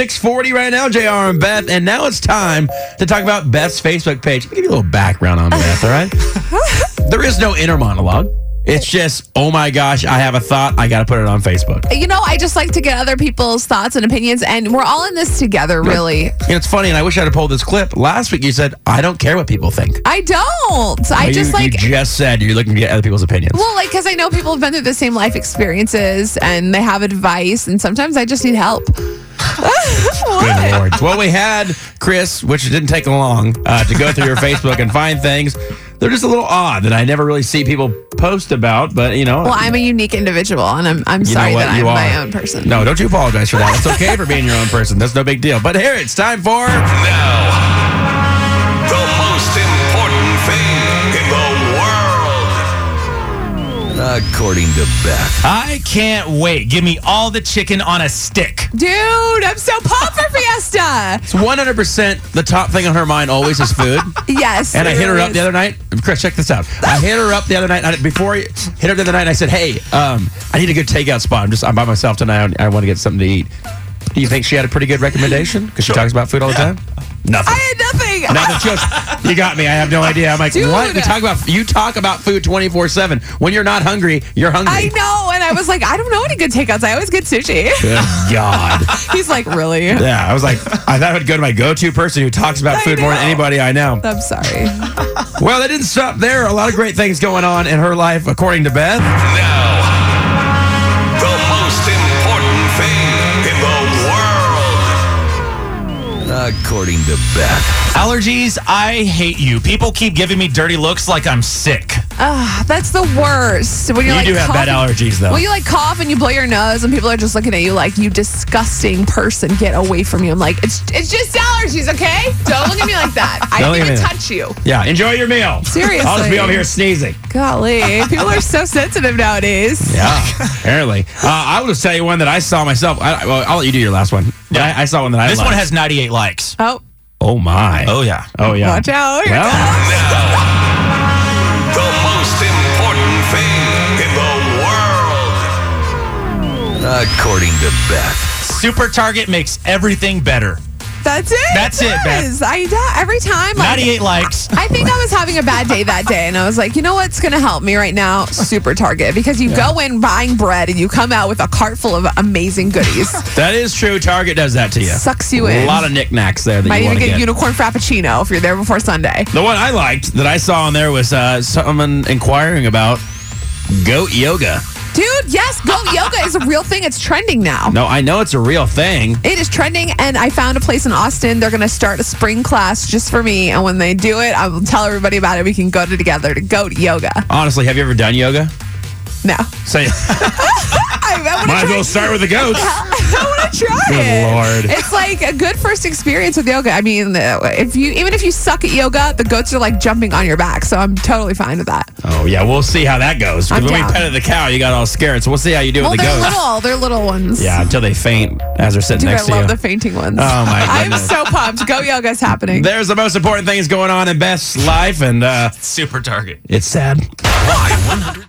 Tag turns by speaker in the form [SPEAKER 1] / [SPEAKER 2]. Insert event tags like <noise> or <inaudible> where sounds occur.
[SPEAKER 1] 640 right now, JR and Beth. And now it's time to talk about Beth's Facebook page. Let me give you a little background on Beth, all right?
[SPEAKER 2] <laughs>
[SPEAKER 1] there is no inner monologue. It's just, oh my gosh, I have a thought. I got to put it on Facebook.
[SPEAKER 2] You know, I just like to get other people's thoughts and opinions, and we're all in this together, really.
[SPEAKER 1] You know, it's funny, and I wish I'd have pulled this clip. Last week you said, I don't care what people think.
[SPEAKER 2] I don't. I
[SPEAKER 1] You-
[SPEAKER 2] just like.
[SPEAKER 1] You just said you're looking to get other people's opinions.
[SPEAKER 2] well, like, because I know people have been through the same life experiences and they have advice, and sometimes I just need help. <laughs>
[SPEAKER 1] Good lord. Well, we had Chris, which didn't take long, uh, to go through
[SPEAKER 2] <laughs>
[SPEAKER 1] your Facebook and find things. They're just a little odd that I never really see people post about, but you know.
[SPEAKER 2] Well, I'm a unique individual, and I'm, I'm
[SPEAKER 1] you
[SPEAKER 2] sorry
[SPEAKER 1] know what?
[SPEAKER 2] that I'm
[SPEAKER 1] you are
[SPEAKER 2] my own person.
[SPEAKER 1] No, don't you apologize for that. It's okay for being your own person. That's no big deal. But here it's time for
[SPEAKER 3] Now, the most important thing in the world. According to Beth.
[SPEAKER 4] I can't wait. Give me all the chicken on a stick.
[SPEAKER 2] Dude, I'm so pumped for Fiesta.
[SPEAKER 1] it's 100% the top thing on her mind always is food.
[SPEAKER 2] Yes.
[SPEAKER 1] And I
[SPEAKER 2] it
[SPEAKER 1] hit her
[SPEAKER 2] really
[SPEAKER 1] up
[SPEAKER 2] is.
[SPEAKER 1] the other night. Chris, check this out. I hit her up the other night. I, before I hit her the other night, I said, "Hey, um, I need a good takeout spot. I'm just I'm by myself tonight. I, want to get something to eat." Do you think she had a pretty good recommendation? Because she talks about food all the time.
[SPEAKER 4] Nothing.
[SPEAKER 2] I had nothing.
[SPEAKER 1] Now that she goes, you got me. I have no idea. I'm like,
[SPEAKER 2] Dude.
[SPEAKER 1] what? We talk about you talk about food 24 seven. When you're not hungry, you're hungry.
[SPEAKER 2] I know. And I was like, I don't know any good takeouts. I always get sushi. <laughs>
[SPEAKER 1] Good God.
[SPEAKER 2] He's like, really?
[SPEAKER 1] Yeah, I was like, <laughs> I thought I'd go to my go-to person who talks about
[SPEAKER 2] <laughs> I
[SPEAKER 1] food more than
[SPEAKER 2] know.
[SPEAKER 1] anybody I know.
[SPEAKER 2] I'm sorry.
[SPEAKER 1] Well, that didn't stop there. A lot of great things going on in her life, according to Beth.
[SPEAKER 3] Now, the most important thing in the world. According to Beth.
[SPEAKER 4] Allergies, I hate you. People keep giving me dirty looks like I'm sick.
[SPEAKER 2] Ah, that's the worst. When you're
[SPEAKER 4] You
[SPEAKER 2] like
[SPEAKER 4] do have bad
[SPEAKER 2] coughing-
[SPEAKER 4] allergies, though.
[SPEAKER 2] Well, you like cough and you blow your nose, and people are just looking at you like, you disgusting person, get away from you. I'm like, it's it's just allergies, okay? Don't look at me like that. I
[SPEAKER 1] <laughs> Don't
[SPEAKER 2] didn't
[SPEAKER 1] look at
[SPEAKER 2] even
[SPEAKER 1] me.
[SPEAKER 2] touch you.
[SPEAKER 1] Yeah, enjoy your meal.
[SPEAKER 2] Seriously.
[SPEAKER 1] I'll
[SPEAKER 2] <laughs>
[SPEAKER 1] just be over here sneezing.
[SPEAKER 2] Golly, people are so sensitive nowadays.
[SPEAKER 1] Yeah, apparently. Uh, I will just tell you one that I saw myself. I, well, I'll let you do your last one. But I, I saw one that I
[SPEAKER 4] This one
[SPEAKER 1] liked.
[SPEAKER 4] has 98 likes.
[SPEAKER 2] Oh,
[SPEAKER 1] Oh, my.
[SPEAKER 4] Oh, yeah.
[SPEAKER 1] Oh, yeah.
[SPEAKER 2] watch out. Here it
[SPEAKER 1] Well,
[SPEAKER 3] The most important thing in the world. According to Beth.
[SPEAKER 4] Super Target makes everything better.
[SPEAKER 2] That's it.
[SPEAKER 4] That's it, Beth.
[SPEAKER 2] does. I do- every time. like,
[SPEAKER 4] 98 likes.
[SPEAKER 2] I think I was having a bad day that day, and I was like, you know what's going to help me right now? Super Target, because you go in buying bread and you come out with a cart full of amazing goodies.
[SPEAKER 1] that is true. Target does that to you.
[SPEAKER 2] Sucks you
[SPEAKER 1] A
[SPEAKER 2] in.
[SPEAKER 1] lot of knickknacks there that
[SPEAKER 2] Might
[SPEAKER 1] you
[SPEAKER 2] even
[SPEAKER 1] want to
[SPEAKER 2] get,
[SPEAKER 1] get.
[SPEAKER 2] unicorn frappuccino if you're there before Sunday.
[SPEAKER 1] the one I liked that I saw on there was uh, someone inquiring about goat yoga.
[SPEAKER 2] Dude, yes, <laughs> goat yoga is a real thing. It's trending now.
[SPEAKER 1] No, I know it's a real thing.
[SPEAKER 2] It is trending, and I found a place in Austin. They're going to start a spring class just for me. And when they do it, I will tell everybody about it. We can go to together to goat yoga.
[SPEAKER 1] Honestly, have you ever done yoga?
[SPEAKER 2] No. <laughs>
[SPEAKER 1] Say,
[SPEAKER 2] I, I wanna
[SPEAKER 1] might as
[SPEAKER 2] try-
[SPEAKER 1] well start with the goats.
[SPEAKER 2] <laughs> I want to try
[SPEAKER 1] Good
[SPEAKER 2] it.
[SPEAKER 1] Lord.
[SPEAKER 2] It's like a good first experience with yoga. I mean, the- if you even if you suck at yoga, the goats are like jumping on your back, so I'm totally fine with that.
[SPEAKER 1] Oh yeah, we'll see how that goes. 'Cause
[SPEAKER 2] I'm
[SPEAKER 1] when
[SPEAKER 2] down.
[SPEAKER 1] we petted the cow, you got all scared. So we'll see how you do
[SPEAKER 2] well,
[SPEAKER 1] with the
[SPEAKER 2] they're
[SPEAKER 1] goats.
[SPEAKER 2] little. They're little ones.
[SPEAKER 1] Yeah, until they faint as they're sitting
[SPEAKER 2] Dude,
[SPEAKER 1] next
[SPEAKER 2] I love
[SPEAKER 1] to you.
[SPEAKER 2] the fainting ones.
[SPEAKER 1] Oh, my
[SPEAKER 2] <laughs> I'm
[SPEAKER 1] goodness.
[SPEAKER 2] so pumped. Goat yoga's happening.
[SPEAKER 1] There's the most important things going on in Beth's life, and uh,
[SPEAKER 4] Super Target.
[SPEAKER 1] it's sad.